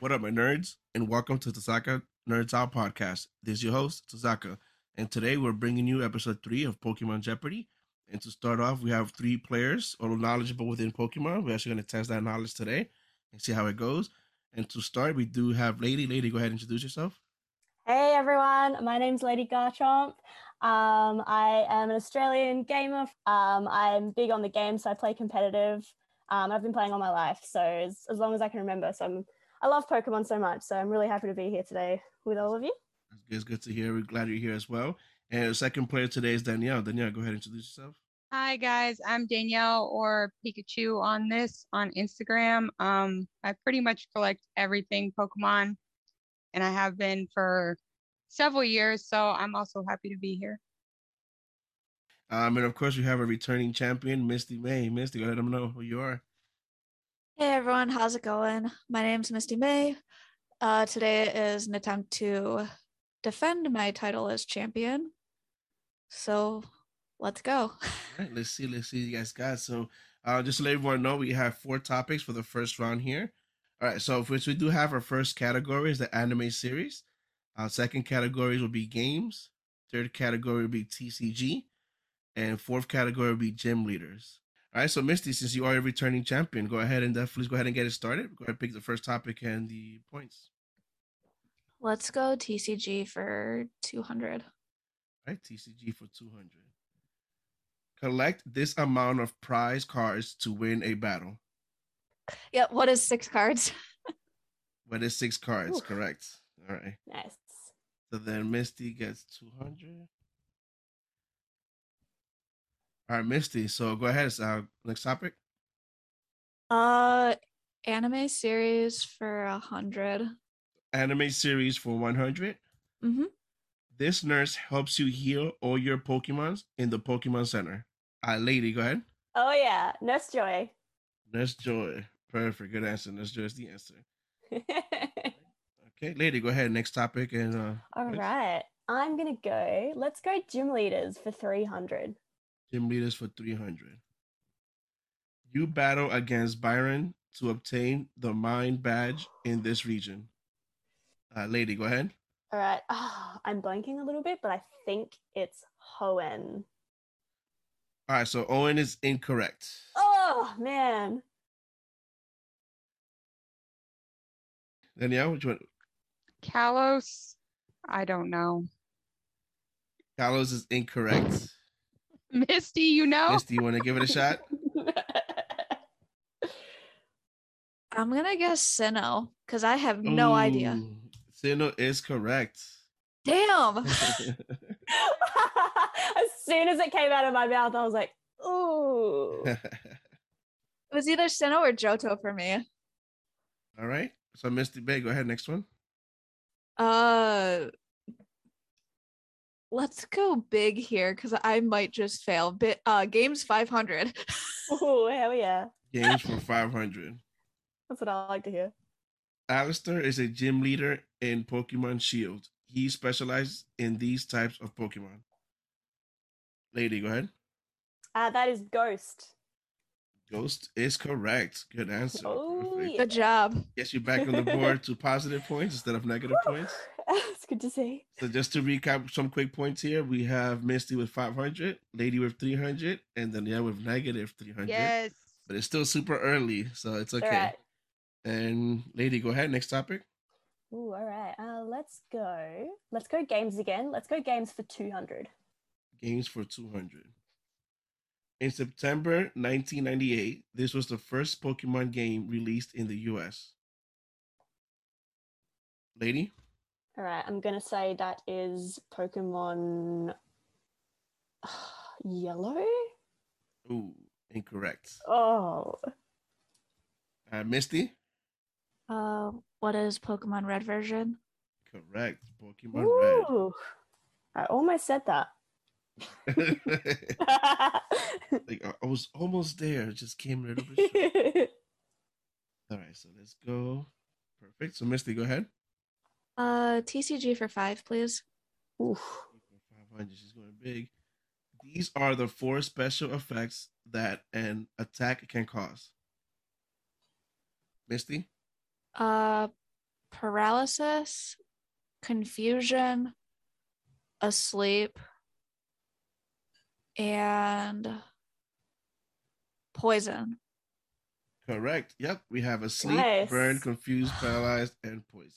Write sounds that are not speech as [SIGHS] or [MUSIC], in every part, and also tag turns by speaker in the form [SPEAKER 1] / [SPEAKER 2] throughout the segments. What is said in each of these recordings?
[SPEAKER 1] What up, my nerds? And welcome to Tasaka Nerds Out Podcast. This is your host, Tasaka. And today we're bringing you episode three of Pokemon Jeopardy. And to start off, we have three players all knowledgeable within Pokemon. We're actually going to test that knowledge today and see how it goes. And to start, we do have Lady. Lady, go ahead and introduce yourself.
[SPEAKER 2] Hey everyone, my name's Lady Garchomp. Um, I am an Australian gamer. Um, I'm big on the game, so I play competitive. Um, I've been playing all my life, so as, as long as I can remember. So I'm, I love Pokemon so much, so I'm really happy to be here today with all of you.
[SPEAKER 1] It's good, it's good to hear. We're glad you're here as well. And the second player today is Danielle. Danielle, go ahead and introduce yourself.
[SPEAKER 3] Hi guys, I'm Danielle or Pikachu on this on Instagram. Um, I pretty much collect everything Pokemon, and I have been for several years. So I'm also happy to be here.
[SPEAKER 1] Um, and of course, we have a returning champion, Misty May. Misty, go let them know who you are.
[SPEAKER 4] Hey everyone, how's it going? My name's Misty May. Uh, today is an attempt to defend my title as champion. So let's go.
[SPEAKER 1] All right, let's see, let's see, what you guys got. So, uh, just to let everyone know, we have four topics for the first round here. All right, so which we do have our first category is the anime series. Our second categories will be games. Third category will be TCG, and fourth category will be gym leaders. All right, so Misty, since you are a returning champion, go ahead and definitely go ahead and get it started. Go ahead and pick the first topic and the points.
[SPEAKER 4] Let's go TCG for 200.
[SPEAKER 1] All right, TCG for two hundred. Collect this amount of prize cards to win a battle.
[SPEAKER 4] Yeah, what is six cards?
[SPEAKER 1] What is six cards?
[SPEAKER 2] Ooh.
[SPEAKER 1] Correct. All right.
[SPEAKER 2] Nice.
[SPEAKER 1] So then Misty gets 200. All right, Misty. So go ahead. So next topic.
[SPEAKER 4] Uh, anime series for 100.
[SPEAKER 1] Anime series for 100.
[SPEAKER 4] Mhm.
[SPEAKER 1] This nurse helps you heal all your Pokemons in the Pokemon Center. All right, lady, go ahead.
[SPEAKER 2] Oh yeah, Nurse Joy. [LAUGHS]
[SPEAKER 1] Nurse Joy. Perfect. Good answer. Nurse Joy is the answer. Okay, lady, go ahead. Next topic. And uh,
[SPEAKER 2] all
[SPEAKER 1] Nice.
[SPEAKER 2] right, I'm gonna go. Let's go gym leaders for 300.
[SPEAKER 1] gym leaders for 300. You battle against Byron to obtain the Mind Badge in this region. Uh, lady, go ahead.
[SPEAKER 2] All right, Ah, I'm blanking a little bit, but I think it's Hoenn.
[SPEAKER 1] All right, so Owen is incorrect.
[SPEAKER 2] Oh man.
[SPEAKER 1] Danielle, which one?
[SPEAKER 3] Kalos, I don't know. [LAUGHS]
[SPEAKER 1] Carlos is incorrect.
[SPEAKER 3] Misty, you
[SPEAKER 4] Oh.
[SPEAKER 3] know?
[SPEAKER 1] Miss, do you want to
[SPEAKER 4] [LAUGHS]
[SPEAKER 1] give it a shot?
[SPEAKER 2] [LAUGHS]
[SPEAKER 4] I'm gonna guess Sinnoh because I have no idea.
[SPEAKER 1] Ooh, Sino is
[SPEAKER 4] [LAUGHS]
[SPEAKER 1] correct. [LAUGHS]
[SPEAKER 4] Damn.
[SPEAKER 2] as soon as it came out of my mouth, I
[SPEAKER 1] [LAUGHS]
[SPEAKER 2] was like, ooh.
[SPEAKER 4] It was either Sinnoh or Johto for me.
[SPEAKER 1] All right. So Misty Bay, go ahead. Next one.
[SPEAKER 4] Uh let's go big here because I might just fail. Bi- uh games 500.
[SPEAKER 2] Ooh, hell yeah.
[SPEAKER 1] Games for five hundred.
[SPEAKER 2] That's what I like to hear.
[SPEAKER 1] Alistair is a gym leader in Pokemon Shield. He specializes in these types of Pokemon. Lady, go ahead.
[SPEAKER 2] Uh, that is Ghost.
[SPEAKER 1] Ghost is correct. Good answer.
[SPEAKER 2] Oh,
[SPEAKER 1] Perfect.
[SPEAKER 2] yeah.
[SPEAKER 4] [LAUGHS] Good job.
[SPEAKER 1] Yes, you're back on the board to positive points instead of negative points.
[SPEAKER 2] [LAUGHS] it's good to see.
[SPEAKER 1] So just to recap some quick points here, we have Misty with 500, Lady with 300, and then yeah with negative 300.
[SPEAKER 3] yes.
[SPEAKER 1] But it's still super early, so it's okay.
[SPEAKER 2] All right.
[SPEAKER 1] And Lady, go ahead. Next topic.
[SPEAKER 2] Ooh, all right. Uh, let's go. Let's go games again. Let's go games for 200.
[SPEAKER 1] Games for 200. In September 1998, this was the first Pokemon game released in the US. Lady?
[SPEAKER 2] All right. I'm going to say that is Pokemon [SIGHS] Yellow.
[SPEAKER 1] Ooh, incorrect.
[SPEAKER 2] Oh.
[SPEAKER 1] Uh, Misty?
[SPEAKER 4] Uh what is Pokemon Red version?
[SPEAKER 1] Correct. Pokemon
[SPEAKER 2] Ooh. I almost said that. [LAUGHS]
[SPEAKER 1] Red. [LAUGHS] like I- I was almost there, just came a little
[SPEAKER 2] [LAUGHS]
[SPEAKER 1] bit short. All right, so let's go. Perfect. So Misty, go ahead.
[SPEAKER 4] Uh TCG for five, please.
[SPEAKER 2] Oof.
[SPEAKER 1] 500. She's going big. These are the four special effects that an attack can cause. Misty,
[SPEAKER 4] Uh paralysis, confusion, asleep, and poison.
[SPEAKER 1] Correct. Yep. We have asleep,
[SPEAKER 2] Nice.
[SPEAKER 1] burned, confused, paralyzed, and poisoned.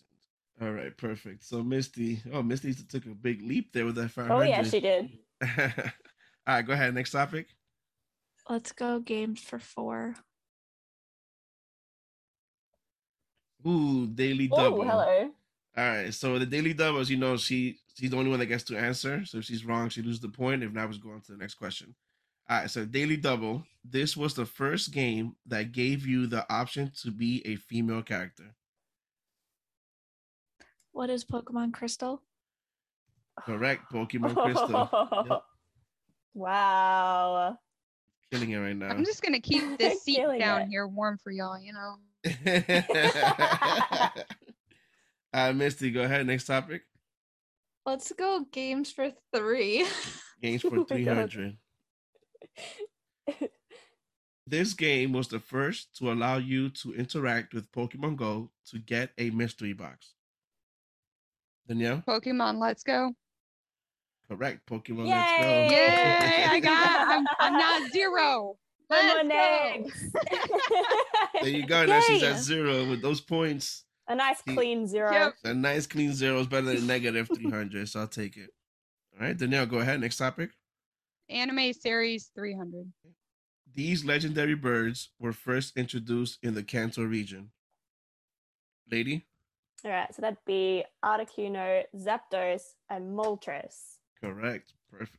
[SPEAKER 1] All right, perfect. So Misty, oh Misty took a big leap there with that 500.
[SPEAKER 2] Oh yeah, she did.
[SPEAKER 1] [LAUGHS] All right, go ahead. Next topic.
[SPEAKER 4] Let's go games for four.
[SPEAKER 1] Ooh, daily double.
[SPEAKER 2] Oh hello.
[SPEAKER 1] All right. So the daily double, as you know, she she's the only one that gets to answer. So if she's wrong, she loses the point. If not, we go on to the next question. All right. So daily double. This was the first game that gave you the option to be a female character.
[SPEAKER 4] What is Pokemon Crystal?
[SPEAKER 1] Correct. Pokemon
[SPEAKER 2] [LAUGHS]
[SPEAKER 1] Crystal. Yep.
[SPEAKER 2] Wow.
[SPEAKER 1] Killing it right now.
[SPEAKER 3] I'm
[SPEAKER 1] [LAUGHS]
[SPEAKER 3] just gonna keep this seat
[SPEAKER 2] Feeling
[SPEAKER 3] down
[SPEAKER 2] it.
[SPEAKER 3] here warm for y'all. You know.
[SPEAKER 1] All right, Uh, Misty, go ahead. Next topic.
[SPEAKER 4] Let's go games for three. [LAUGHS]
[SPEAKER 1] Games
[SPEAKER 2] [LAUGHS] Oh
[SPEAKER 1] for
[SPEAKER 2] my God.
[SPEAKER 1] 300. This game was the first to allow you to interact with Pokemon Go to get a mystery box. Danielle,
[SPEAKER 3] Pokemon, let's go.
[SPEAKER 1] correct. Pokemon,
[SPEAKER 2] Yay!
[SPEAKER 1] let's go.
[SPEAKER 3] Yay!
[SPEAKER 1] [LAUGHS]
[SPEAKER 3] I [LAUGHS] got. I'm, I'm not zero.
[SPEAKER 2] One more
[SPEAKER 3] Let's go.
[SPEAKER 2] next.
[SPEAKER 1] [LAUGHS] There you go. Now she's at
[SPEAKER 4] Yay!
[SPEAKER 1] zero with those points.
[SPEAKER 2] [LAUGHS] A nice
[SPEAKER 1] Yep.
[SPEAKER 2] clean zero.
[SPEAKER 3] Yep.
[SPEAKER 1] A nice clean zero is better than negative 300, so I'll take it. All right, Danielle, go ahead. Next topic.
[SPEAKER 3] Anime series 300.
[SPEAKER 1] These legendary birds were first introduced in the Kanto region. Lady,
[SPEAKER 2] All right, so that'd be Articuno, Zapdos, and Moltres. [LAUGHS]
[SPEAKER 1] correct. Perfect.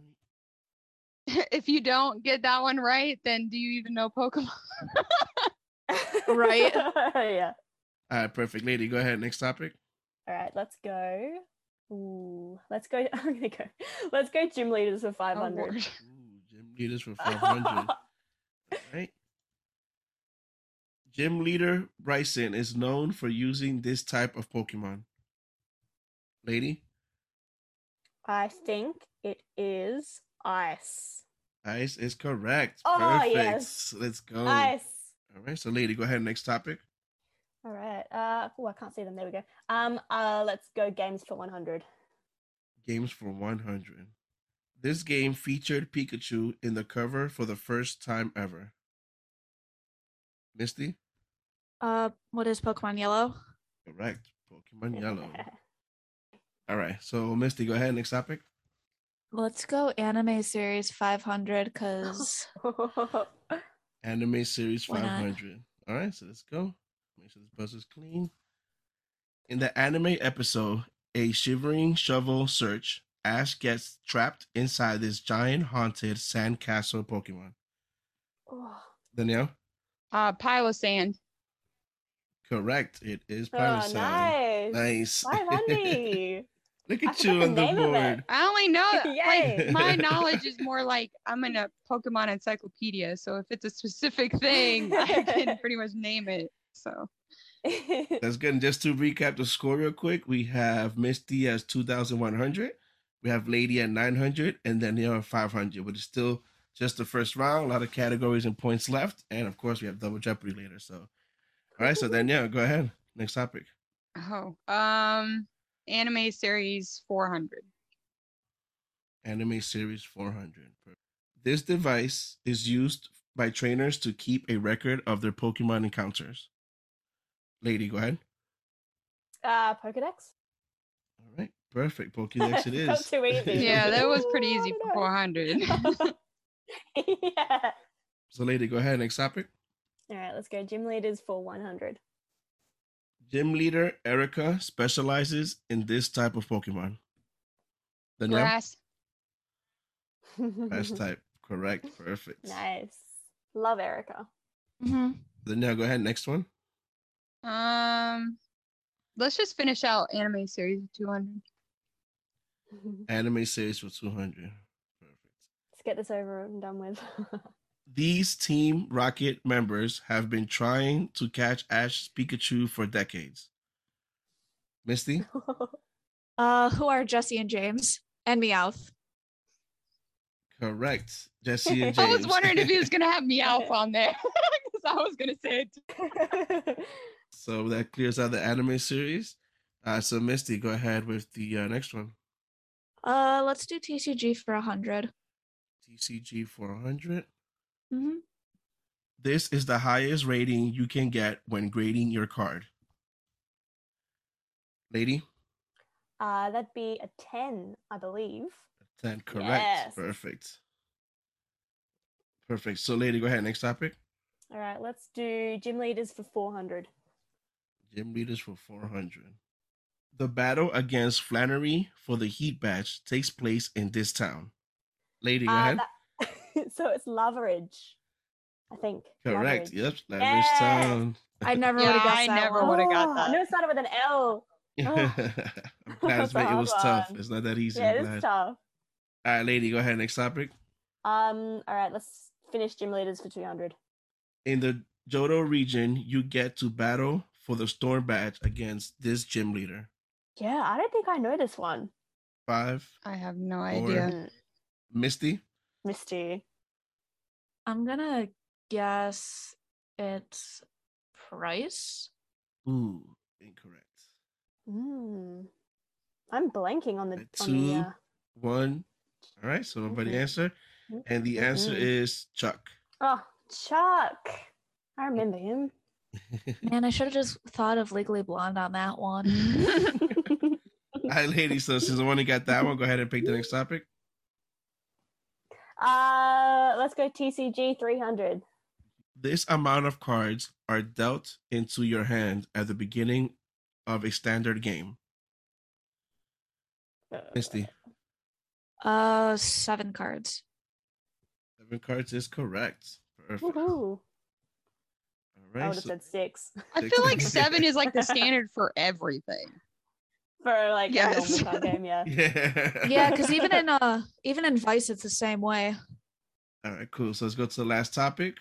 [SPEAKER 3] [LAUGHS] if you don't get that one right, then do you even know Pokemon?
[SPEAKER 4] Right.
[SPEAKER 2] [LAUGHS] yeah.
[SPEAKER 1] All right, perfect. Lady, go ahead. Next topic.
[SPEAKER 2] All right, let's go. Ooh, let's go. [LAUGHS] I'm gonna go. Let's go, gym leaders for [LAUGHS]
[SPEAKER 3] Oh,
[SPEAKER 2] five hundred.
[SPEAKER 3] Lord.
[SPEAKER 1] Ooh, gym leaders
[SPEAKER 3] [LAUGHS]
[SPEAKER 1] for 500. All right. Gym leader Bryson is known for using this type of Pokemon. Lady,
[SPEAKER 2] [LAUGHS] I think it is ice.
[SPEAKER 1] Ice is correct.
[SPEAKER 2] Oh,
[SPEAKER 1] Perfect.
[SPEAKER 2] yes.
[SPEAKER 1] Let's go.
[SPEAKER 2] Ice.
[SPEAKER 1] All right, so Lady, go ahead. Next topic.
[SPEAKER 2] All right. Uh, oh, I can't see them. There we go. Um. Uh, let's go. Games for one hundred.
[SPEAKER 1] Games for 100. This game featured Pikachu in the cover for the first time ever. Misty?
[SPEAKER 4] Uh, what is Pokemon Yellow?
[SPEAKER 1] Correct. Pokemon
[SPEAKER 2] [LAUGHS]
[SPEAKER 1] Yellow. All right. So, Misty, go ahead. Next topic.
[SPEAKER 4] Let's go anime series 500 [LAUGHS] because
[SPEAKER 2] Oh,
[SPEAKER 1] Anime series
[SPEAKER 4] Why not?
[SPEAKER 1] 500. All right. So, let's go. Make sure this buzz is clean. In the anime episode, A Shivering Shovel Search, Ash gets trapped inside this giant haunted sandcastle Pokemon. Danielle?
[SPEAKER 3] Uh, Pile of Sand.
[SPEAKER 1] Correct. It is
[SPEAKER 2] Oh,
[SPEAKER 1] Palisade.
[SPEAKER 2] nice.
[SPEAKER 1] Nice.
[SPEAKER 2] Five hundred.
[SPEAKER 1] [LAUGHS] Look
[SPEAKER 2] I
[SPEAKER 1] at
[SPEAKER 2] forgot
[SPEAKER 1] you
[SPEAKER 2] the
[SPEAKER 1] on the
[SPEAKER 2] name of
[SPEAKER 1] board.
[SPEAKER 2] it.
[SPEAKER 3] I
[SPEAKER 2] [LAUGHS]
[SPEAKER 3] only know
[SPEAKER 2] Yay.
[SPEAKER 3] like
[SPEAKER 1] [LAUGHS]
[SPEAKER 3] my knowledge is more like I'm in a Pokemon encyclopedia. So if it's a
[SPEAKER 2] [LAUGHS]
[SPEAKER 3] specific thing, I can pretty much name it. So
[SPEAKER 1] That's good. And just to recap the score real quick, we have Misty as 2,100. We have Lady at 900 and Danielle at 500, but it's still just the first round. A lot of categories and points left. And of course, we have Double Jeopardy later. So, all right. So, Danielle, go ahead. Next topic.
[SPEAKER 3] oh, um, anime series 400.
[SPEAKER 1] Anime Series 400. This device is used by trainers to keep a record of their Pokemon encounters. Lady, go ahead.
[SPEAKER 2] [LAUGHS] uh, Pokedex. [LAUGHS]
[SPEAKER 1] All right, perfect. Pokédex it
[SPEAKER 2] Felt
[SPEAKER 1] is.
[SPEAKER 2] too easy.
[SPEAKER 1] [LAUGHS]
[SPEAKER 3] Yeah, that was pretty
[SPEAKER 2] Ooh, I
[SPEAKER 3] easy
[SPEAKER 2] don't
[SPEAKER 3] for
[SPEAKER 2] know.
[SPEAKER 3] 400.
[SPEAKER 2] yeah.
[SPEAKER 1] so, lady, go ahead. Next topic.
[SPEAKER 2] All right, let's go. Gym leaders for 100.
[SPEAKER 1] Gym leader Erica specializes in this type of Pokemon. [LAUGHS] Danielle,
[SPEAKER 3] Grass.
[SPEAKER 1] grass type. Correct. Perfect.
[SPEAKER 2] [LAUGHS] Mm-hmm. nice. Love Erica. [LAUGHS]
[SPEAKER 4] Mhm.
[SPEAKER 1] Danielle, go ahead. Next one.
[SPEAKER 3] Um, let's just finish out anime series 200.
[SPEAKER 2] let's
[SPEAKER 1] Anime series for 200. Perfect.
[SPEAKER 2] get this over and done with. [LAUGHS]
[SPEAKER 1] These Team Rocket members have been trying to catch Ash's Pikachu for decades. Misty,
[SPEAKER 4] Uh, who are Jesse and James and Meowth?
[SPEAKER 1] correct. Jesse
[SPEAKER 3] [LAUGHS]
[SPEAKER 1] and James. [LAUGHS]
[SPEAKER 2] [LAUGHS]
[SPEAKER 3] I was wondering if he was gonna have Meowth on there because I was gonna say it.
[SPEAKER 1] So that clears out the anime series. Uh, so Misty, go ahead with the uh, next one.
[SPEAKER 4] Uh, let's do TCG for 100.
[SPEAKER 1] TCG 400.
[SPEAKER 4] Mm-hmm.
[SPEAKER 1] This is the highest rating you can get when grading your card. Lady,
[SPEAKER 2] Uh, that'd be a 10, I believe.
[SPEAKER 1] 10 correct.
[SPEAKER 2] Yes.
[SPEAKER 1] Perfect. Perfect. So, lady, go ahead. Next topic.
[SPEAKER 2] All right, let's do gym leaders for 400.
[SPEAKER 1] Gym leaders for 400. The battle against Flannery for the Heat Badge takes place in this town. Lady, go
[SPEAKER 2] Uh,
[SPEAKER 1] ahead.
[SPEAKER 2] that- [LAUGHS] so it's Loveridge, I think.
[SPEAKER 1] Correct.
[SPEAKER 2] Loveridge.
[SPEAKER 1] Yep. That
[SPEAKER 2] Yes.
[SPEAKER 1] town. [LAUGHS]
[SPEAKER 4] I [LAUGHS] never
[SPEAKER 3] Yeah,
[SPEAKER 4] would have guessed
[SPEAKER 3] I
[SPEAKER 4] that
[SPEAKER 3] never
[SPEAKER 4] one.
[SPEAKER 3] would've- got
[SPEAKER 2] Oh,
[SPEAKER 3] that.
[SPEAKER 2] I knew it started with an L. [LAUGHS]
[SPEAKER 1] I'm glad it's
[SPEAKER 2] That's a
[SPEAKER 1] made- it
[SPEAKER 2] hard
[SPEAKER 1] was tough.
[SPEAKER 2] Oh, one.
[SPEAKER 1] It's not that easy.
[SPEAKER 2] Yeah,
[SPEAKER 1] I'm
[SPEAKER 2] it
[SPEAKER 1] glad.
[SPEAKER 2] is tough.
[SPEAKER 1] All right, lady, go ahead. Next topic.
[SPEAKER 2] Um, all right, let's finish gym leaders for 200.
[SPEAKER 1] In the Johto region, you get to battle for the Storm Badge against this gym leader.
[SPEAKER 2] Yeah, I don't think I know this one.
[SPEAKER 1] Five,
[SPEAKER 3] I have no
[SPEAKER 1] Or- [LAUGHS]
[SPEAKER 3] [LAUGHS] idea.
[SPEAKER 2] Mm,
[SPEAKER 1] Misty.
[SPEAKER 2] Misty.
[SPEAKER 4] I'm gonna guess it's price.
[SPEAKER 1] Ooh, incorrect.
[SPEAKER 2] Mm. I'm blanking on the,
[SPEAKER 1] Right,
[SPEAKER 2] on the
[SPEAKER 1] two.
[SPEAKER 2] uh,
[SPEAKER 1] One. All right, so nobody
[SPEAKER 2] Mhm.
[SPEAKER 1] answered. And the answer
[SPEAKER 2] Mhm.
[SPEAKER 1] is
[SPEAKER 2] [LAUGHS]
[SPEAKER 1] Chuck.
[SPEAKER 2] Oh, Chuck. I
[SPEAKER 1] [LAUGHS]
[SPEAKER 2] remember him. [LAUGHS]
[SPEAKER 4] Man, I should have just thought of Legally Blonde on that one.
[SPEAKER 3] I
[SPEAKER 1] All right, lady. So since I only got that one, go ahead and pick the next topic.
[SPEAKER 2] uh, let's go TCG 300.
[SPEAKER 1] This amount of cards are dealt into your hand at the beginning of a standard game.
[SPEAKER 2] Uh,
[SPEAKER 1] Misty,
[SPEAKER 4] Uh, seven cards.
[SPEAKER 1] seven cards is correct. Perfect. All
[SPEAKER 2] Woohoo. I
[SPEAKER 1] right.
[SPEAKER 2] would have
[SPEAKER 1] so-
[SPEAKER 2] said six
[SPEAKER 3] feel like seven is
[SPEAKER 1] [LAUGHS]
[SPEAKER 3] like the standard for everything.
[SPEAKER 2] for like
[SPEAKER 3] Yes.
[SPEAKER 2] a normal card game.
[SPEAKER 1] [LAUGHS]
[SPEAKER 2] Yeah.
[SPEAKER 1] yeah.
[SPEAKER 4] [LAUGHS] Yeah, because even in uh, even in Vice, it's the same way.
[SPEAKER 1] All right, cool. So let's go to the last topic.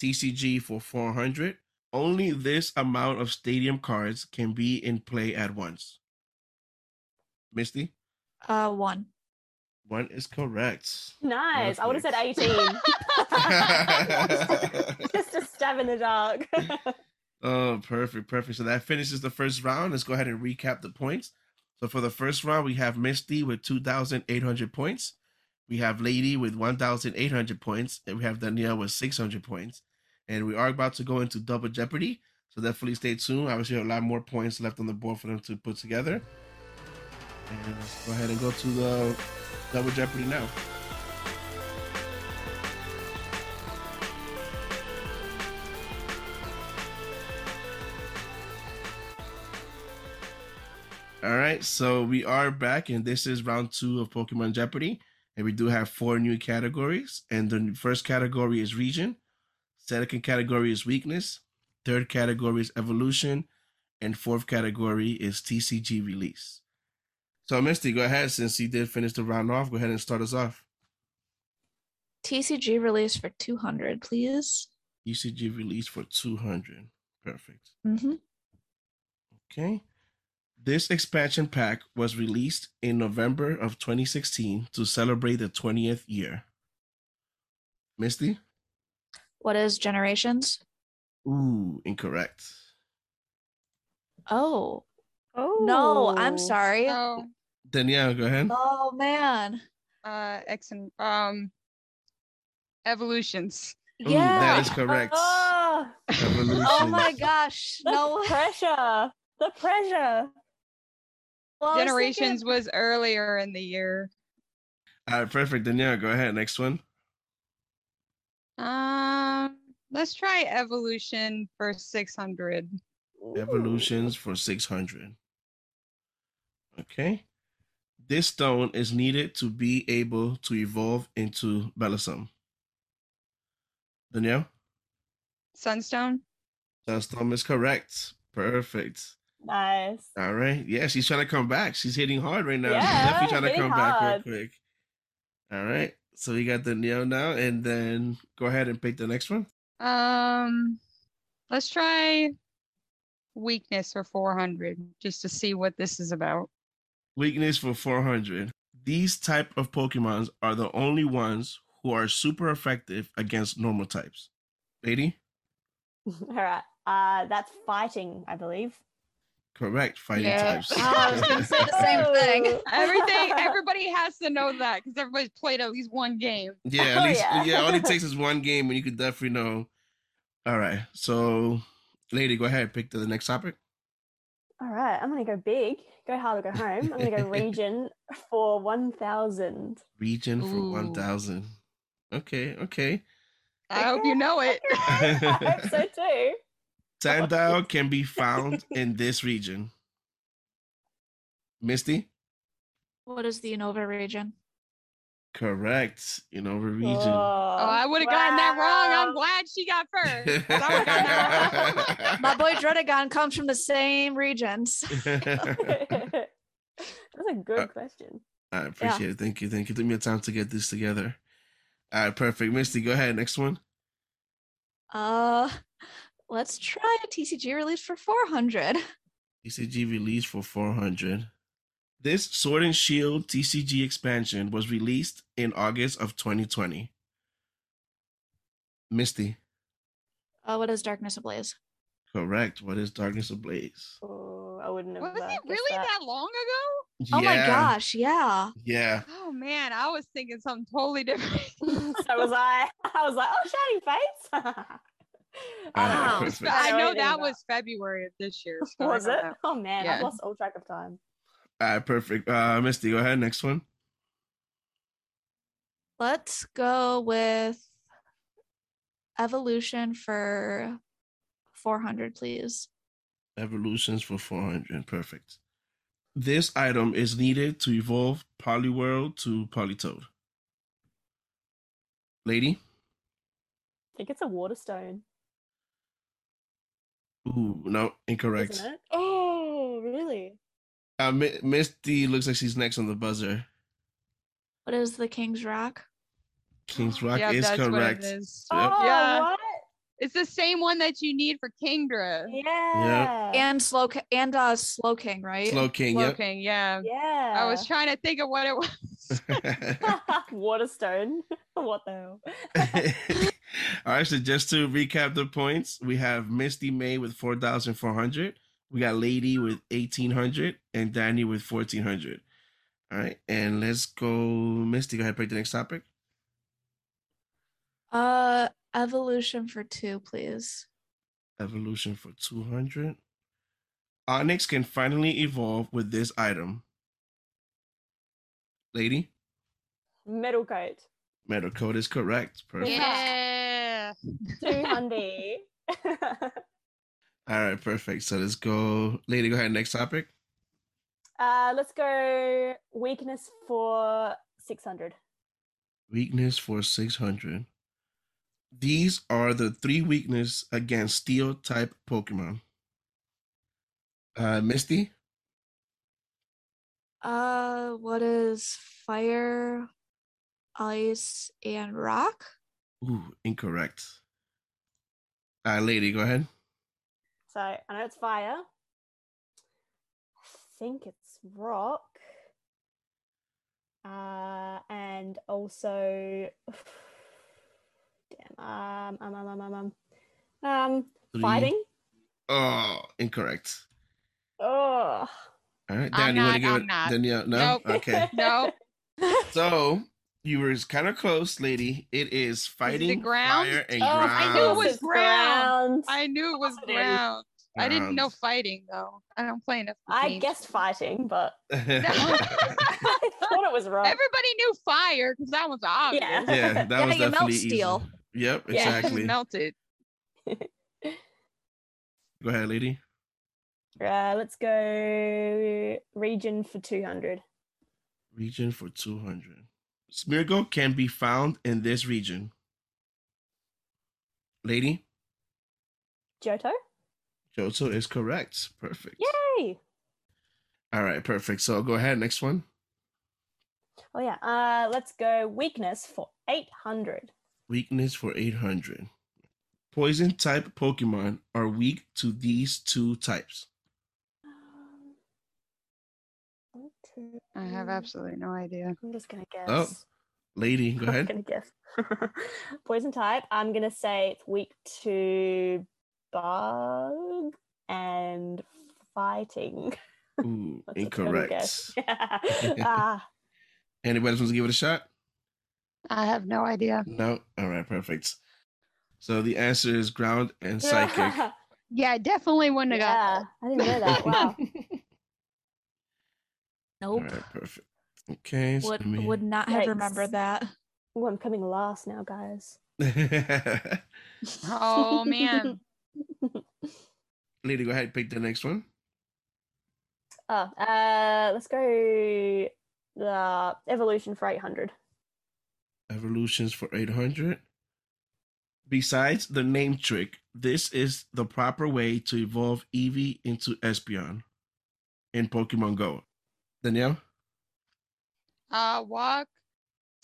[SPEAKER 1] TCG for 400. Only this amount of stadium cards can be in play at once. Misty,
[SPEAKER 4] Uh, one.
[SPEAKER 1] one is correct.
[SPEAKER 2] Nice. I would have said 18.
[SPEAKER 1] [LAUGHS]
[SPEAKER 2] Just a stab in the dark.
[SPEAKER 1] Oh, perfect, perfect. So that finishes the first round. Let's go ahead and recap the points. So for the first round, we have Misty with 2,800 points. We have Lady with 1,800 points. And we have Danielle with 600 points. And we are about to go into double jeopardy. So definitely stay tuned. Obviously, there are a lot more points left on the board for them to put together. And let's go ahead and go to the double jeopardy now. All right, so we are back, and this is round two of Pokemon Jeopardy. And we do have four new categories. And the first category is region, second category is weakness, third category is evolution, and fourth category is TCG release. So, Misty, go ahead. Since you did finish the round off, go ahead and start us off.
[SPEAKER 4] TCG release for two hundred, please.
[SPEAKER 1] TCG E release for 200. Perfect.
[SPEAKER 4] Mm-hmm.
[SPEAKER 1] Okay. This expansion pack was released in November of 2016 to celebrate the 20th year. Misty?
[SPEAKER 4] What is generations?
[SPEAKER 1] Ooh, incorrect.
[SPEAKER 4] Oh
[SPEAKER 2] Oh.
[SPEAKER 4] no, I'm sorry.
[SPEAKER 3] So
[SPEAKER 1] Danielle, go ahead.
[SPEAKER 4] Oh man,
[SPEAKER 3] uh X and um evolutions.
[SPEAKER 1] Ooh,
[SPEAKER 4] yeah.
[SPEAKER 1] that is correct.
[SPEAKER 2] Oh,
[SPEAKER 3] [LAUGHS]
[SPEAKER 1] Evolution.
[SPEAKER 4] oh my gosh,
[SPEAKER 2] the
[SPEAKER 4] no.
[SPEAKER 2] pressure. The pressure.
[SPEAKER 4] Well, I was thinking-
[SPEAKER 3] Generations was earlier in the year.
[SPEAKER 1] All right, perfect. Danielle, go ahead. Next one.
[SPEAKER 3] Um let's try evolution for six hundred.
[SPEAKER 1] Evolutions for 600. Okay. This stone is needed to be able to evolve into Bellisum. Danielle?
[SPEAKER 3] Sunstone?
[SPEAKER 1] That storm is correct. Perfect.
[SPEAKER 2] Nice.
[SPEAKER 1] All right. Yeah, she's trying to come back. She's hitting hard right now.
[SPEAKER 2] Yeah,
[SPEAKER 1] she's definitely trying to
[SPEAKER 2] hitting
[SPEAKER 1] come back real
[SPEAKER 2] hard.
[SPEAKER 1] quick. All right. So we got the Neo now, and then go ahead and pick the next one.
[SPEAKER 3] Um let's try weakness for four hundred just to see what this is about.
[SPEAKER 1] Weakness for 400. These type of Pokemons are the only ones who are super effective against normal types. Lady?
[SPEAKER 2] All right. Uh, that's fighting, I believe.
[SPEAKER 1] Correct. Fighting
[SPEAKER 3] Yeah.
[SPEAKER 1] types.
[SPEAKER 4] Oh, I was gonna say
[SPEAKER 1] [LAUGHS]
[SPEAKER 4] the same thing.
[SPEAKER 2] Whoa. [LAUGHS]
[SPEAKER 3] [LAUGHS] Everything, everybody has to know that because everybody's played at least one game.
[SPEAKER 1] Yeah,
[SPEAKER 2] Oh,
[SPEAKER 1] at least
[SPEAKER 2] yeah.
[SPEAKER 1] yeah. all it
[SPEAKER 4] [LAUGHS]
[SPEAKER 1] takes is one game, and you could definitely know. All right, so lady, go ahead, pick the, the next topic.
[SPEAKER 2] All right, I'm gonna go big, go hard or go home. I'm gonna go region for one thousand.
[SPEAKER 1] Region for
[SPEAKER 3] Ooh.
[SPEAKER 1] one thousand. Okay, okay.
[SPEAKER 3] I hope you
[SPEAKER 1] [LAUGHS]
[SPEAKER 3] know it.
[SPEAKER 2] I hope so [LAUGHS] too.
[SPEAKER 1] Sandile can be found in this region. Misty,
[SPEAKER 4] What is the Unova region?
[SPEAKER 1] correct. You know the region. [LAUGHS]
[SPEAKER 3] Oh, I would have gotten that wrong. I'm glad she got
[SPEAKER 1] [LAUGHS]
[SPEAKER 3] first. 'cause I would've gotten that wrong.
[SPEAKER 4] My boy [LAUGHS] Dredagon comes from the same regions.
[SPEAKER 2] [LAUGHS] That's a
[SPEAKER 1] Uh,
[SPEAKER 2] good question.
[SPEAKER 1] I appreciate it. Thank you. Thank you. Took me a time to get this together. All right, perfect. Misty, go ahead. Next one.
[SPEAKER 4] Uh, let's try a TCG release for 400.
[SPEAKER 1] TCG released for 400. This Sword and Shield TCG expansion was released in August of 2020. Misty,
[SPEAKER 4] Uh, what is Darkness Ablaze?
[SPEAKER 1] correct. What is Darkness Ablaze?
[SPEAKER 2] Oh, I wouldn't have.
[SPEAKER 3] Was
[SPEAKER 2] uh,
[SPEAKER 3] it
[SPEAKER 2] guessed
[SPEAKER 3] really
[SPEAKER 2] that.
[SPEAKER 3] that long ago?
[SPEAKER 4] Oh my
[SPEAKER 1] Yeah,
[SPEAKER 4] gosh, yeah.
[SPEAKER 1] Yeah.
[SPEAKER 3] Oh man, I was thinking something totally [LAUGHS] different.
[SPEAKER 1] [LAUGHS]
[SPEAKER 2] [LAUGHS] so was I. I was like, oh, shouting fates.
[SPEAKER 1] Ah, [LAUGHS]
[SPEAKER 2] [LAUGHS]
[SPEAKER 3] [LAUGHS]
[SPEAKER 2] I don't
[SPEAKER 1] perfect.
[SPEAKER 3] But I
[SPEAKER 2] know
[SPEAKER 3] know
[SPEAKER 2] anything
[SPEAKER 3] that
[SPEAKER 2] about-
[SPEAKER 3] was February of this [LAUGHS] year. so I
[SPEAKER 2] Was
[SPEAKER 3] don't
[SPEAKER 2] it?
[SPEAKER 3] know.
[SPEAKER 2] Oh man, I've
[SPEAKER 3] Yeah.
[SPEAKER 2] lost all track of time.
[SPEAKER 1] All right, perfect. Uh, Misty, go ahead. Next one.
[SPEAKER 4] Let's go with Evolution for 400, please.
[SPEAKER 1] Evolutions for 400. Perfect. This item is needed to evolve Poliwhirl to Politoed. Lady?
[SPEAKER 2] I think it's a water stone,
[SPEAKER 1] Ooh, no, incorrect.
[SPEAKER 2] isn't it? Oh, really?
[SPEAKER 1] Uh, Mi- Misty looks like she's next on the buzzer.
[SPEAKER 4] What is the King's Rock?
[SPEAKER 3] [GASPS]
[SPEAKER 1] King's Rock
[SPEAKER 3] Yeah,
[SPEAKER 1] is
[SPEAKER 3] that's
[SPEAKER 1] correct.
[SPEAKER 3] What it is.
[SPEAKER 1] Yep.
[SPEAKER 2] Oh,
[SPEAKER 3] Yeah.
[SPEAKER 2] what?
[SPEAKER 3] It's the same one that you need for Kingdra.
[SPEAKER 2] Yeah.
[SPEAKER 4] And Slow Ki- and uh, Slow King, right?
[SPEAKER 1] Slow King,
[SPEAKER 3] Slow
[SPEAKER 1] yep.
[SPEAKER 3] King, yeah.
[SPEAKER 2] yeah.
[SPEAKER 3] I was [LAUGHS] trying to think of what it
[SPEAKER 2] [LAUGHS]
[SPEAKER 3] was. [LAUGHS]
[SPEAKER 2] water stone. [LAUGHS] what the hell?
[SPEAKER 1] [LAUGHS] All right, so just to recap the points, we have Misty May with 4,400. We got Lady with 1,800 and Danny with 1,400. All right, and let's go, Misty. Go ahead, pick the next topic.
[SPEAKER 4] Uh, Evolution for 2, please.
[SPEAKER 1] Evolution for 200. Onyx can finally evolve with this item. Lady?
[SPEAKER 2] Metal coat.
[SPEAKER 1] Metal code is correct. Perfect.
[SPEAKER 3] yeah.
[SPEAKER 2] Two hundy.
[SPEAKER 1] All right, perfect. So let's go. Lady, go ahead. Next topic.
[SPEAKER 2] [LAUGHS] uh, let's go weakness for six hundred.
[SPEAKER 1] Weakness for 600. These are the three weakness against steel type Pokemon. Uh, Misty,
[SPEAKER 4] Uh, what is Fire, Ice, and Rock?
[SPEAKER 1] ooh, incorrect. Uh, lady, go ahead.
[SPEAKER 2] So I know it's fire. I think it's rock. Uh, and also, damn, um, um, um, um, um, um, um,
[SPEAKER 1] Three.
[SPEAKER 2] fighting.
[SPEAKER 1] Oh, incorrect.
[SPEAKER 2] Oh,
[SPEAKER 1] All right,
[SPEAKER 3] I'm
[SPEAKER 1] Danny, you want to
[SPEAKER 3] not-
[SPEAKER 1] give
[SPEAKER 3] I'm
[SPEAKER 1] it?
[SPEAKER 3] not.
[SPEAKER 1] Danielle, no.
[SPEAKER 3] Nope.
[SPEAKER 1] [LAUGHS] Okay.
[SPEAKER 2] [LAUGHS]
[SPEAKER 3] No.
[SPEAKER 1] So you were kind of close, lady. It is fighting
[SPEAKER 3] ground?
[SPEAKER 1] fire and
[SPEAKER 2] Oh,
[SPEAKER 1] ground.
[SPEAKER 3] I knew it was
[SPEAKER 2] it's
[SPEAKER 3] ground.
[SPEAKER 2] ground. I,
[SPEAKER 3] I knew it was
[SPEAKER 2] Positive.
[SPEAKER 3] ground. I didn't know
[SPEAKER 1] Ground.
[SPEAKER 3] fighting though. I don't play enough. of games.
[SPEAKER 2] guessed fighting, but [LAUGHS]
[SPEAKER 1] [LAUGHS]
[SPEAKER 3] [LAUGHS]
[SPEAKER 1] yeah,
[SPEAKER 2] I thought it was rock.
[SPEAKER 3] everybody knew fire because that was obvious. [LAUGHS]
[SPEAKER 2] Yeah. [LAUGHS]
[SPEAKER 1] that
[SPEAKER 4] Yeah,
[SPEAKER 1] was
[SPEAKER 4] you melt
[SPEAKER 1] definitely
[SPEAKER 4] steel.
[SPEAKER 1] Easy. Yep,
[SPEAKER 2] Yeah. [LAUGHS]
[SPEAKER 3] It just
[SPEAKER 1] exactly.
[SPEAKER 3] melted.
[SPEAKER 1] Go ahead, lady.
[SPEAKER 2] Uh, let's go region for two hundred.
[SPEAKER 1] Region for 200. Smeargle can be found in this region. Lady,
[SPEAKER 2] Johto.
[SPEAKER 1] Johto is correct. Perfect.
[SPEAKER 2] Yay!
[SPEAKER 1] All right, perfect. So go ahead, next one.
[SPEAKER 2] Oh yeah. Uh, let's go weakness for eight hundred.
[SPEAKER 1] Weakness for 800. Poison type Pokemon are weak to these two types.
[SPEAKER 2] One, two,
[SPEAKER 3] I have
[SPEAKER 2] three.
[SPEAKER 3] absolutely no idea.
[SPEAKER 2] I'm just gonna guess.
[SPEAKER 1] Oh, Lady, go
[SPEAKER 2] [LAUGHS] I'm
[SPEAKER 1] ahead.
[SPEAKER 2] gonna guess. Poison type. I'm gonna say it's weak to bug and fighting. [LAUGHS]
[SPEAKER 1] Ooh,
[SPEAKER 2] That's a terrible
[SPEAKER 1] incorrect. [LAUGHS]
[SPEAKER 2] guess. [LAUGHS] ah,
[SPEAKER 1] Anybody else wants to give it a shot?
[SPEAKER 3] I have no idea.
[SPEAKER 1] No. All right. Perfect. So the answer is ground
[SPEAKER 2] [LAUGHS]
[SPEAKER 1] and psychic.
[SPEAKER 3] Yeah, I definitely wouldn't have got
[SPEAKER 2] yeah,
[SPEAKER 3] that.
[SPEAKER 2] I didn't know
[SPEAKER 1] [LAUGHS]
[SPEAKER 2] that. Wow.
[SPEAKER 1] All
[SPEAKER 4] Nope.
[SPEAKER 1] right. Perfect. Okay. so
[SPEAKER 4] Would
[SPEAKER 1] let me- [LAUGHS]
[SPEAKER 4] would not have
[SPEAKER 2] Yikes.
[SPEAKER 4] remembered that.
[SPEAKER 2] Oh, I'm coming last now, guys.
[SPEAKER 3] [LAUGHS] Oh
[SPEAKER 2] [LAUGHS]
[SPEAKER 3] man.
[SPEAKER 1] Lady, go ahead and pick the next one.
[SPEAKER 2] Oh, uh, let's go the evolution for 800.
[SPEAKER 1] Evolutions for 800. Besides the name trick, this is the proper way to evolve Eevee into Espeon in Pokemon Go. Danielle?
[SPEAKER 3] Uh, walk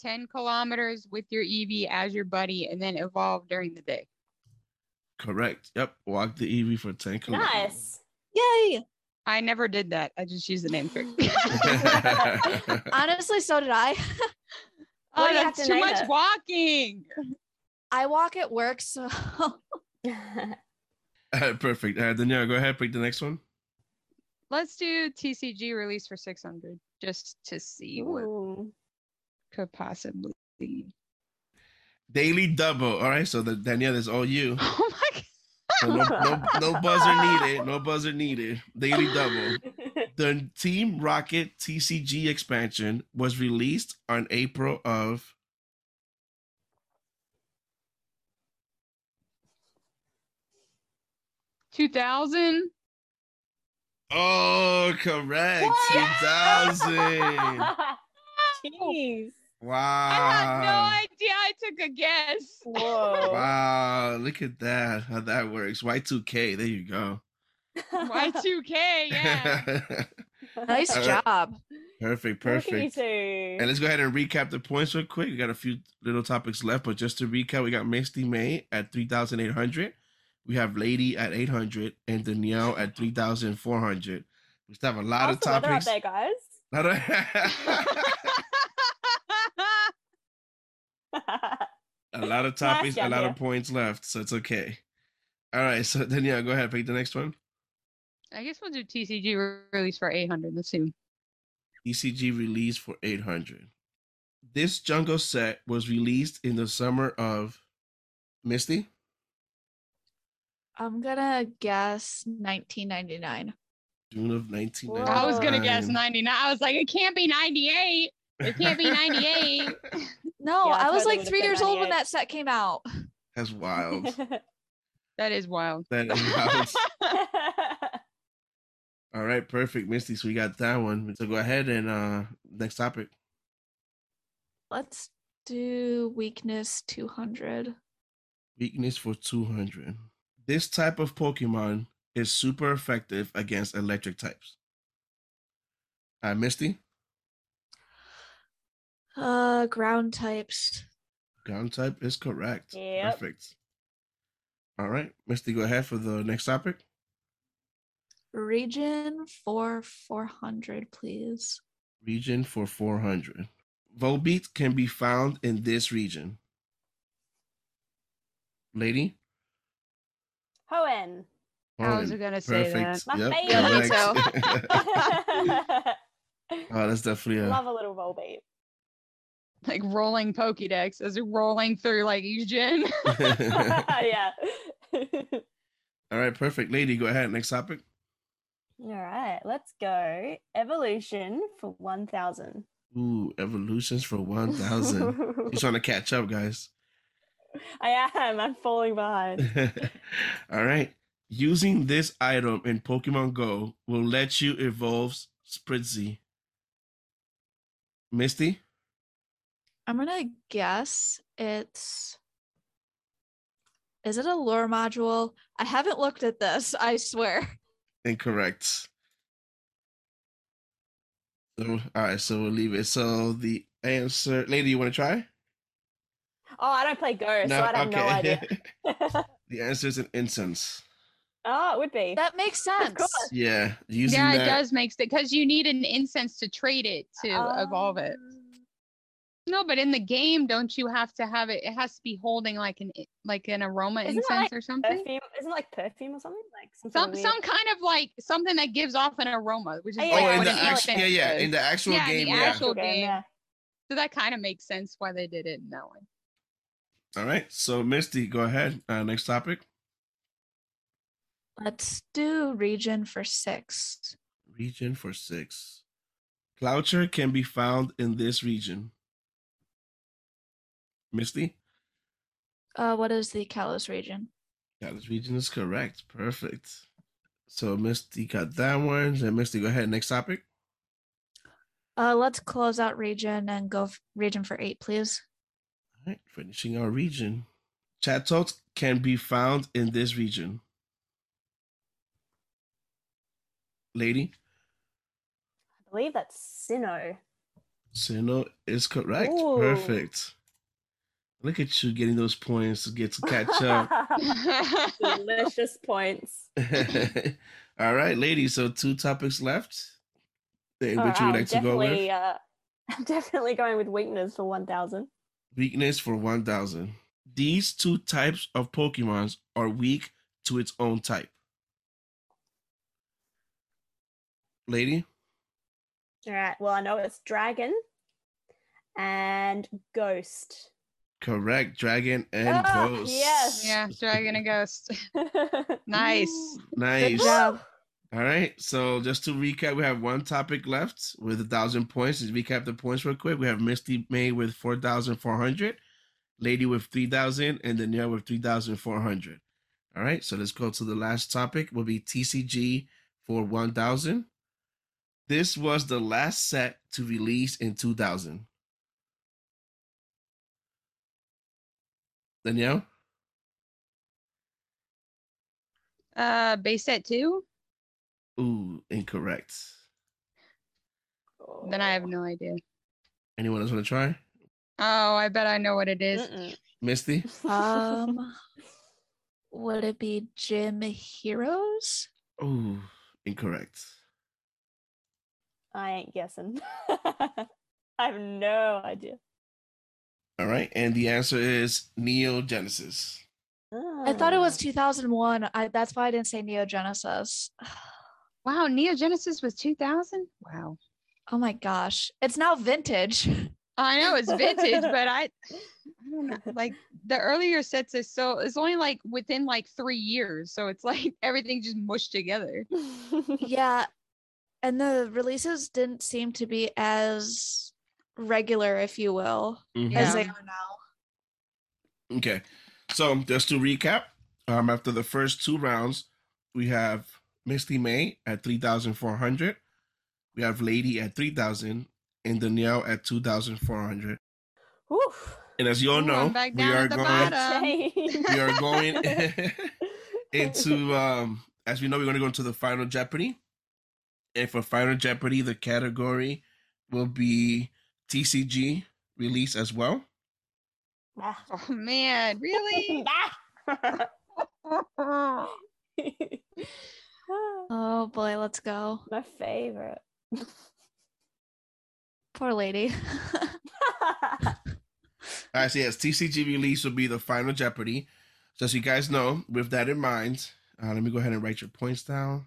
[SPEAKER 3] 10 kilometers with your EV as your buddy and then evolve during the day.
[SPEAKER 1] Correct. Yep. Walk the Eevee for 10 kilometers.
[SPEAKER 3] [LAUGHS]
[SPEAKER 4] [LAUGHS]
[SPEAKER 2] Nice.
[SPEAKER 4] Yay!
[SPEAKER 3] I never did that. I just used the name [LAUGHS] trick.
[SPEAKER 1] Uh,
[SPEAKER 4] Honestly, so did I. [LAUGHS]
[SPEAKER 2] What
[SPEAKER 3] oh,
[SPEAKER 2] do you have
[SPEAKER 3] that's
[SPEAKER 2] to
[SPEAKER 3] too
[SPEAKER 2] name
[SPEAKER 3] much
[SPEAKER 2] it?
[SPEAKER 3] walking.
[SPEAKER 4] I walk at work, so [LAUGHS]
[SPEAKER 1] All right, [LAUGHS] perfect. All right, Danielle, go ahead. Pick the next one.
[SPEAKER 3] Let's do TCG release for 600 just to see what
[SPEAKER 2] Ooh. [LAUGHS]
[SPEAKER 3] could possibly be. [LAUGHS]
[SPEAKER 1] Daily double. All right. So, the, Danielle, that's all you.
[SPEAKER 3] Oh my God.
[SPEAKER 1] So no, no, no buzzer needed. No buzzer needed. Daily double. The Team Rocket TCG expansion was released on April of.
[SPEAKER 3] Two thousand.
[SPEAKER 1] Oh, correct. Two
[SPEAKER 3] [LAUGHS]
[SPEAKER 1] thousand.
[SPEAKER 2] Jeez.
[SPEAKER 1] Wow.
[SPEAKER 3] I had no idea. I took a [LAUGHS] guess.
[SPEAKER 2] Whoa.
[SPEAKER 1] Wow, look at that. How that works. Y2K. There you go.
[SPEAKER 3] Y
[SPEAKER 2] [LAUGHS]
[SPEAKER 3] two K.
[SPEAKER 1] [LAUGHS]
[SPEAKER 3] [LAUGHS] Yeah.
[SPEAKER 4] nice
[SPEAKER 1] All right.
[SPEAKER 4] job.
[SPEAKER 1] perfect,
[SPEAKER 2] Look at you
[SPEAKER 1] perfect.
[SPEAKER 2] two.
[SPEAKER 1] And let's go ahead and recap the points real quick. We got a few little topics left, but just to recap, we got Misty May at 3,800. We have Lady at 800 and Danielle at 3,400. We still have a lot
[SPEAKER 2] How's
[SPEAKER 1] of
[SPEAKER 2] the weather up
[SPEAKER 1] topics.
[SPEAKER 2] there, guys?
[SPEAKER 1] Lot of- [LAUGHS] a lot of topics, a
[SPEAKER 2] down
[SPEAKER 1] lot
[SPEAKER 2] here.
[SPEAKER 1] of points left, so it's okay. All right, so Danielle, go ahead, pick the next one.
[SPEAKER 3] I guess we'll do TCG re- release for eight hundred. Let's see.
[SPEAKER 1] ECG E released for 800. This jungle set was released in the summer of Misty.
[SPEAKER 4] I'm gonna guess 1999.
[SPEAKER 1] June of 1999.
[SPEAKER 3] I was gonna guess
[SPEAKER 1] Um,
[SPEAKER 3] ninety nine. I was like, it can't be ninety eight. It can't be ninety eight.
[SPEAKER 4] No,
[SPEAKER 2] Yeah, I
[SPEAKER 4] I was
[SPEAKER 2] totally
[SPEAKER 4] like
[SPEAKER 2] would've
[SPEAKER 4] three
[SPEAKER 2] said
[SPEAKER 4] years old when
[SPEAKER 2] 98.
[SPEAKER 4] that set came out.
[SPEAKER 1] [LAUGHS] That's wild.
[SPEAKER 3] [LAUGHS] that is wild.
[SPEAKER 1] That is wild. All right, perfect, Misty. So we got that one. So go ahead and uh next topic.
[SPEAKER 4] Let's do weakness 200.
[SPEAKER 1] Weakness for 200. This type of Pokemon is super effective against electric types. Uh, Misty,
[SPEAKER 4] Uh, ground types.
[SPEAKER 1] ground type is correct.
[SPEAKER 2] Yep.
[SPEAKER 1] Perfect. All right, Misty, go ahead for the next topic.
[SPEAKER 4] Region for 400, please.
[SPEAKER 1] region for 400. Volbeat can be found in this region. Lady?
[SPEAKER 2] [LAUGHS] Hoenn.
[SPEAKER 1] [LAUGHS]
[SPEAKER 2] [LAUGHS]
[SPEAKER 3] I was
[SPEAKER 1] Hoenn.
[SPEAKER 3] gonna say
[SPEAKER 1] Oh, Perfect.
[SPEAKER 2] My
[SPEAKER 1] Yep,
[SPEAKER 2] favorite.
[SPEAKER 1] correct. [LAUGHS] oh, that's definitely a, [LAUGHS]
[SPEAKER 2] Love a little Volbeat.
[SPEAKER 3] that. Like rolling Pokédex as you're rolling through like each gen.
[SPEAKER 2] [LAUGHS] [LAUGHS] yeah. All
[SPEAKER 1] All right, perfect. Lady, go ahead. Next topic.
[SPEAKER 2] right, let's go. Evolution for 1000.
[SPEAKER 1] Ooh, evolutions for
[SPEAKER 2] [LAUGHS]
[SPEAKER 1] 1000. She's trying to catch up, guys. [LAUGHS]
[SPEAKER 2] I am. I'm falling behind.
[SPEAKER 1] All right. Using this item in Pokemon Go will let you evolve Spritzy. Misty?
[SPEAKER 4] I'm gonna guess it's. Is it a lore module? I haven't looked at this, [LAUGHS] I swear.
[SPEAKER 1] Incorrect. So, all right, so we'll leave it. So the answer, lady, you want to try?
[SPEAKER 2] Oh, I don't play Go, so I have no idea.
[SPEAKER 1] [LAUGHS]
[SPEAKER 2] [LAUGHS]
[SPEAKER 1] the answer is an incense.
[SPEAKER 2] oh, it would be.
[SPEAKER 4] That makes
[SPEAKER 2] Of
[SPEAKER 4] sense.
[SPEAKER 2] course.
[SPEAKER 1] Yeah, using
[SPEAKER 3] yeah, it
[SPEAKER 1] that.
[SPEAKER 3] Oh, does make sense because you need an incense to trade it to evolve it. No, but in the game, don't you have to have it? It has to be holding like an like an aroma
[SPEAKER 2] Isn't it
[SPEAKER 3] incense
[SPEAKER 2] like
[SPEAKER 3] or something.
[SPEAKER 2] Um, Perfume isn't it like perfume or something like some sort
[SPEAKER 3] Some
[SPEAKER 2] of weird-
[SPEAKER 3] some kind of like something that gives off an aroma, which is
[SPEAKER 2] Oh,
[SPEAKER 3] like
[SPEAKER 2] yeah,
[SPEAKER 1] oh,
[SPEAKER 3] what
[SPEAKER 1] in
[SPEAKER 2] it's
[SPEAKER 1] the
[SPEAKER 3] an
[SPEAKER 2] not like
[SPEAKER 1] actual,
[SPEAKER 3] incense
[SPEAKER 1] yeah, yeah,
[SPEAKER 3] is.
[SPEAKER 1] in the actual
[SPEAKER 3] Yeah, the
[SPEAKER 1] game, yeah.
[SPEAKER 3] actual game.
[SPEAKER 2] yeah.
[SPEAKER 3] so that kind of makes sense why they did it in that one.
[SPEAKER 1] All right, so Misty, go ahead. Uh, next topic.
[SPEAKER 4] Let's do region for six.
[SPEAKER 1] Region for six. Cloucher can be found in this region. Misty,
[SPEAKER 4] Uh, what is the Kalos region?
[SPEAKER 1] yeah, this region is correct. Perfect. So Misty got that one. And Misty, go ahead. Next topic.
[SPEAKER 4] Uh, let's close out region and go f- region for eight, please.
[SPEAKER 1] All right, finishing our region. Chatot can be found in this region. Lady,
[SPEAKER 2] I believe that's Sinnoh.
[SPEAKER 1] Sino is correct.
[SPEAKER 2] Ooh.
[SPEAKER 1] Perfect. Look at you getting those points to get to catch
[SPEAKER 2] [LAUGHS]
[SPEAKER 1] up. [LAUGHS]
[SPEAKER 2] Delicious points.
[SPEAKER 1] All right, ladies. So two topics left. Eh, Which
[SPEAKER 2] All
[SPEAKER 1] you would
[SPEAKER 2] right,
[SPEAKER 1] like to go
[SPEAKER 2] Uh, definitely,
[SPEAKER 1] with?
[SPEAKER 2] uh, [LAUGHS] I'm definitely going with weakness for 1000.
[SPEAKER 1] Weakness for one thousand. These two types of Pokemons are weak to its own type. Lady,
[SPEAKER 2] All right. Well, I know it's dragon and
[SPEAKER 4] [LAUGHS]
[SPEAKER 2] ghost.
[SPEAKER 1] correct. Dragon and
[SPEAKER 2] Ah,
[SPEAKER 1] Ghost.
[SPEAKER 2] yes.
[SPEAKER 3] [LAUGHS] yeah, dragon and ghost. [LAUGHS] Nice.
[SPEAKER 4] Good
[SPEAKER 1] Nice.
[SPEAKER 4] job.
[SPEAKER 1] All right. So just to recap, we have one topic left with a thousand points. Let's recap the points real quick. We have Misty May with four thousand four hundred, Lady with three thousand, and Danielle with three thousand four hundred. All right. So let's go to the last topic. Will be TCG for one thousand. This was the last set to release in two thousand. Danielle,
[SPEAKER 3] Uh, base set two.
[SPEAKER 1] ooh, incorrect.
[SPEAKER 3] Then I have no idea.
[SPEAKER 1] Anyone else want to try?
[SPEAKER 3] Oh, I bet I know what it is.
[SPEAKER 2] Mm-mm.
[SPEAKER 1] Misty,
[SPEAKER 4] Um, would it be Gym Heroes?
[SPEAKER 1] ooh, incorrect.
[SPEAKER 2] [LAUGHS] I ain't guessing. [LAUGHS] I have no idea.
[SPEAKER 1] All right, and the answer is Neo Genesis.
[SPEAKER 4] I thought
[SPEAKER 2] [LAUGHS]
[SPEAKER 4] it was
[SPEAKER 2] Ah.
[SPEAKER 4] 2001. I, that's why I didn't say Neo Genesis.
[SPEAKER 3] Wow, Neo Genesis was 2000. Wow.
[SPEAKER 4] Oh my gosh. It's now vintage. [LAUGHS]
[SPEAKER 3] I know it's vintage, but I, I
[SPEAKER 2] [LAUGHS]
[SPEAKER 3] don't know. Like the earlier sets is so it's only like within like three years, so it's like [LAUGHS] everything just mushed together.
[SPEAKER 4] yeah. And the releases didn't seem to be as regular, if you will, as they
[SPEAKER 3] Yeah.
[SPEAKER 4] are now.
[SPEAKER 1] Okay, so just to recap, um, after the first two rounds, we have Misty May at three thousand four hundred, we have Lady at three thousand, and Danielle at two thousand four hundred.
[SPEAKER 2] Oof.
[SPEAKER 1] And as you all
[SPEAKER 3] Ooh,
[SPEAKER 1] know,
[SPEAKER 3] I'm back
[SPEAKER 1] we
[SPEAKER 3] down
[SPEAKER 1] are
[SPEAKER 3] at the
[SPEAKER 1] going,
[SPEAKER 3] bottom. Um,
[SPEAKER 2] Shame.
[SPEAKER 1] we are going
[SPEAKER 3] [LAUGHS]
[SPEAKER 1] [LAUGHS] into [LAUGHS] um as we know we're going to go into the final jeopardy and for final jeopardy the category will be tcg release as well
[SPEAKER 2] [LAUGHS] Ah. [LAUGHS]
[SPEAKER 3] Oh man, really?
[SPEAKER 2] Ah.
[SPEAKER 4] Oh boy, let's go.
[SPEAKER 2] My favorite.
[SPEAKER 4] Poor lady. [LAUGHS]
[SPEAKER 1] all right so yes tcg release will be the final jeopardy so as you guys know with that in mind uh, let me go ahead and write your points down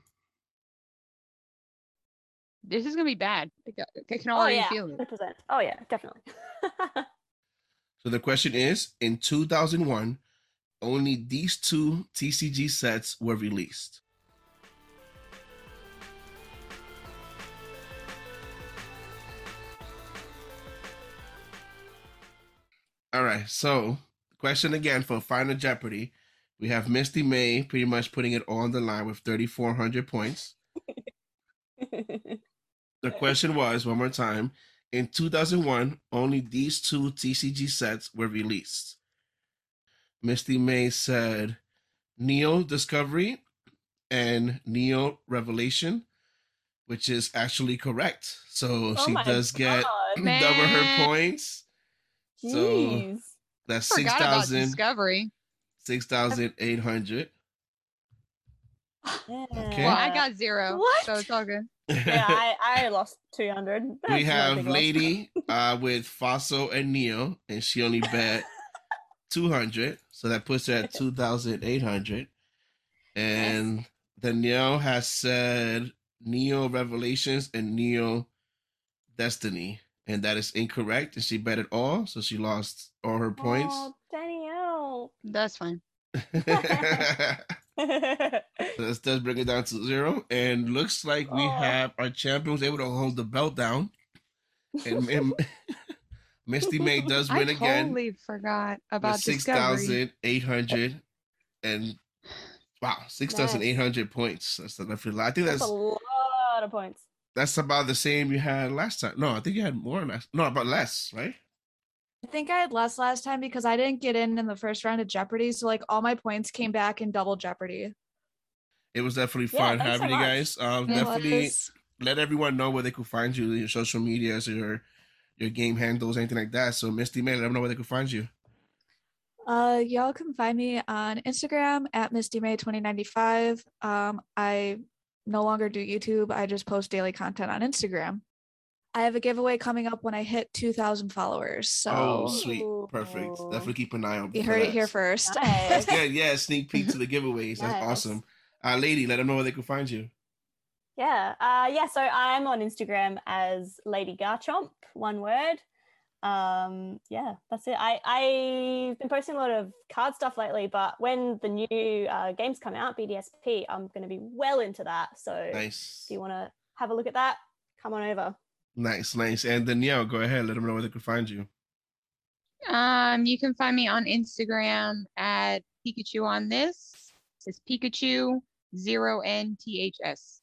[SPEAKER 3] this is gonna be bad. I ca- I can
[SPEAKER 2] oh
[SPEAKER 3] already
[SPEAKER 2] yeah,
[SPEAKER 3] feel it.
[SPEAKER 2] hundred percent. Oh yeah, definitely. [LAUGHS]
[SPEAKER 1] so the question is in 2001 only these two tcg sets were released All right. So, question again for Final Jeopardy. We have Misty May pretty much putting it all on the line with 3,400 points. The question was one more time in 2001, only these two TCG sets were released. Misty May said Neo Discovery and Neo Revelation, which is actually correct. So
[SPEAKER 2] Oh
[SPEAKER 1] she
[SPEAKER 2] my
[SPEAKER 1] does get
[SPEAKER 2] God,
[SPEAKER 1] [CLEARS THROAT] double her
[SPEAKER 3] Man.
[SPEAKER 1] points. So-
[SPEAKER 2] Jeez.
[SPEAKER 1] That's
[SPEAKER 3] Forgot about
[SPEAKER 1] 6,000.
[SPEAKER 3] Discovery.
[SPEAKER 1] 6,800. Okay.
[SPEAKER 3] Well, I got zero,
[SPEAKER 4] What?
[SPEAKER 3] so it's all good.
[SPEAKER 1] [LAUGHS]
[SPEAKER 2] yeah, I, I lost [LAUGHS] 200.
[SPEAKER 1] we
[SPEAKER 2] That's not a
[SPEAKER 1] have
[SPEAKER 2] big loss.
[SPEAKER 1] Lady uh, with Fossil and Neo, and she
[SPEAKER 2] [LAUGHS]
[SPEAKER 1] only bet 200. So that puts her at 2,800. And Danielle has said Neo Revelations and Neo Destiny. And that is incorrect. And she bet it all. So she lost all her points.
[SPEAKER 2] Oh, Danielle. [LAUGHS]
[SPEAKER 3] That's fine.
[SPEAKER 1] [LAUGHS] So This does bring it down to zero, and looks like we
[SPEAKER 2] Oh.
[SPEAKER 1] have our champion was able to hold the belt down, and, and [LAUGHS] Misty May does
[SPEAKER 3] I
[SPEAKER 1] win again
[SPEAKER 3] totally forgot
[SPEAKER 1] with
[SPEAKER 3] about
[SPEAKER 1] six
[SPEAKER 3] discovery.
[SPEAKER 1] thousand eight hundred, and wow, six thousand eight hundred points. That's definitely a lot. I think
[SPEAKER 2] That's
[SPEAKER 1] that's
[SPEAKER 2] a lot of points.
[SPEAKER 1] that's about the same you had last time. No, I think you had more last. No, about less, right?
[SPEAKER 4] I think I had less last time because I didn't get in in the first round of Jeopardy. So, like, all my points came back in double Jeopardy.
[SPEAKER 1] It was definitely
[SPEAKER 2] Yeah,
[SPEAKER 1] fun
[SPEAKER 2] thanks so
[SPEAKER 1] having you
[SPEAKER 2] much.
[SPEAKER 1] guys. Um,
[SPEAKER 4] It
[SPEAKER 1] definitely.
[SPEAKER 4] was-
[SPEAKER 1] let everyone know where they could find you, your social medias, your your game handles, anything like that. So Misty May, let them know where they could find you.
[SPEAKER 4] Uh, y'all can find me on Instagram at Misty May 2095. Um, I no longer do YouTube. I just post daily content on Instagram. I have a giveaway coming up when I hit 2,000 followers.
[SPEAKER 1] Oh,
[SPEAKER 4] So
[SPEAKER 1] sweet, perfect.
[SPEAKER 2] Ooh.
[SPEAKER 1] Definitely keep an eye out.
[SPEAKER 4] you
[SPEAKER 1] for
[SPEAKER 4] heard it
[SPEAKER 1] that.
[SPEAKER 4] here first.
[SPEAKER 1] That's [LAUGHS]
[SPEAKER 2] Nice.
[SPEAKER 1] good. Yeah, sneak peek to
[SPEAKER 4] [LAUGHS]
[SPEAKER 1] the giveaways. That's
[SPEAKER 2] Nice.
[SPEAKER 1] awesome. Uh, lady, let them know where they could find you.
[SPEAKER 2] Yeah. Uh, yeah. So I'm on Instagram as Lady Garchomp, one word. Um, yeah, that's it. I, I've been posting a lot of card stuff lately, but when the new uh, games come out, BDSP, I'm going to be well into that. So
[SPEAKER 1] Nice,
[SPEAKER 2] if you want to have a look at that, come on over.
[SPEAKER 1] nice, nice. And Danielle, go ahead. Let them know where they could find you.
[SPEAKER 3] Um, you can find me on Instagram at Pikachu on this. It's Pikachu zero N T H S.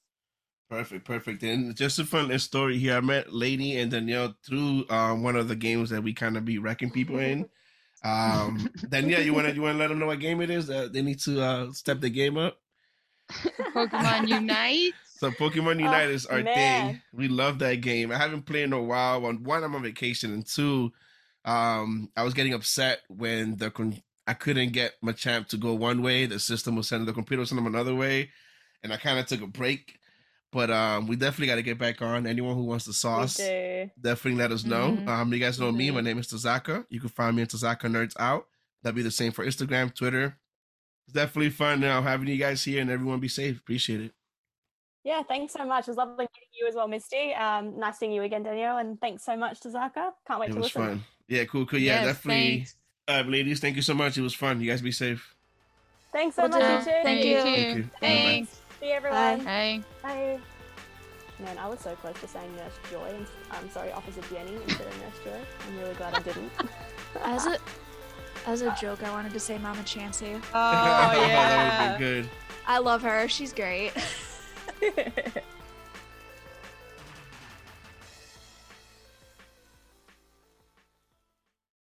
[SPEAKER 1] Perfect, perfect. And just a fun little story here. I met Lady and Danielle through um, one of the games that we kind of be wrecking people [LAUGHS] in. Um, Danielle, you wanna you wanna let them know what game it is? Uh, they need to uh, step the game up.
[SPEAKER 3] [LAUGHS]
[SPEAKER 2] [LAUGHS]
[SPEAKER 3] Pokemon Unite.
[SPEAKER 1] So Pokemon Unite is our thing.
[SPEAKER 2] Oh, man.
[SPEAKER 1] We love that game. I haven't played in a while. One, one I'm on vacation, and two, um, I was getting upset when the con- I couldn't get Machamp to go one way. The system was sending the computer was sending him another way, and I kind of took a break. But um, we definitely got to get back on. Anyone who wants the
[SPEAKER 2] We Mm-hmm.
[SPEAKER 1] sauce,
[SPEAKER 2] do.
[SPEAKER 1] definitely let us know.
[SPEAKER 4] Mhm.
[SPEAKER 1] Um, you guys know me.
[SPEAKER 3] Mhm.
[SPEAKER 1] My name is Tazaka. You can find me at Tazaka Nerds Out. That'll be the same for Instagram, Twitter. It's definitely fun now having you guys here, and everyone be safe. Appreciate it.
[SPEAKER 2] Yeah, thanks so much. It was lovely meeting you as well, Misty. Um, nice seeing you again, Danielle, and thanks so much to Zaka. Can't wait
[SPEAKER 1] it
[SPEAKER 2] to
[SPEAKER 1] was
[SPEAKER 2] listen.
[SPEAKER 1] fun. Yeah, cool, cool. Yeah,
[SPEAKER 3] Yes,
[SPEAKER 1] definitely.
[SPEAKER 3] thanks.
[SPEAKER 1] Uh, ladies, thank you so much. It was fun. You guys be safe.
[SPEAKER 2] Thanks so
[SPEAKER 4] Will
[SPEAKER 2] much,
[SPEAKER 4] do.
[SPEAKER 2] you two.
[SPEAKER 4] Thank you.
[SPEAKER 1] Thank you.
[SPEAKER 3] too. Thanks.
[SPEAKER 2] See you, everyone.
[SPEAKER 3] Hey.
[SPEAKER 2] Bye. Man, I was so close to saying Nurse Joy. And, I'm sorry, Officer Jenny instead of Nurse Joy. I'm really glad I didn't. [LAUGHS]
[SPEAKER 4] As a as a joke, I wanted to say Mama Chansey.
[SPEAKER 3] Oh
[SPEAKER 1] [LAUGHS] [LAUGHS] that would
[SPEAKER 3] yeah.
[SPEAKER 1] be good.
[SPEAKER 4] [LAUGHS] I love her. She's great.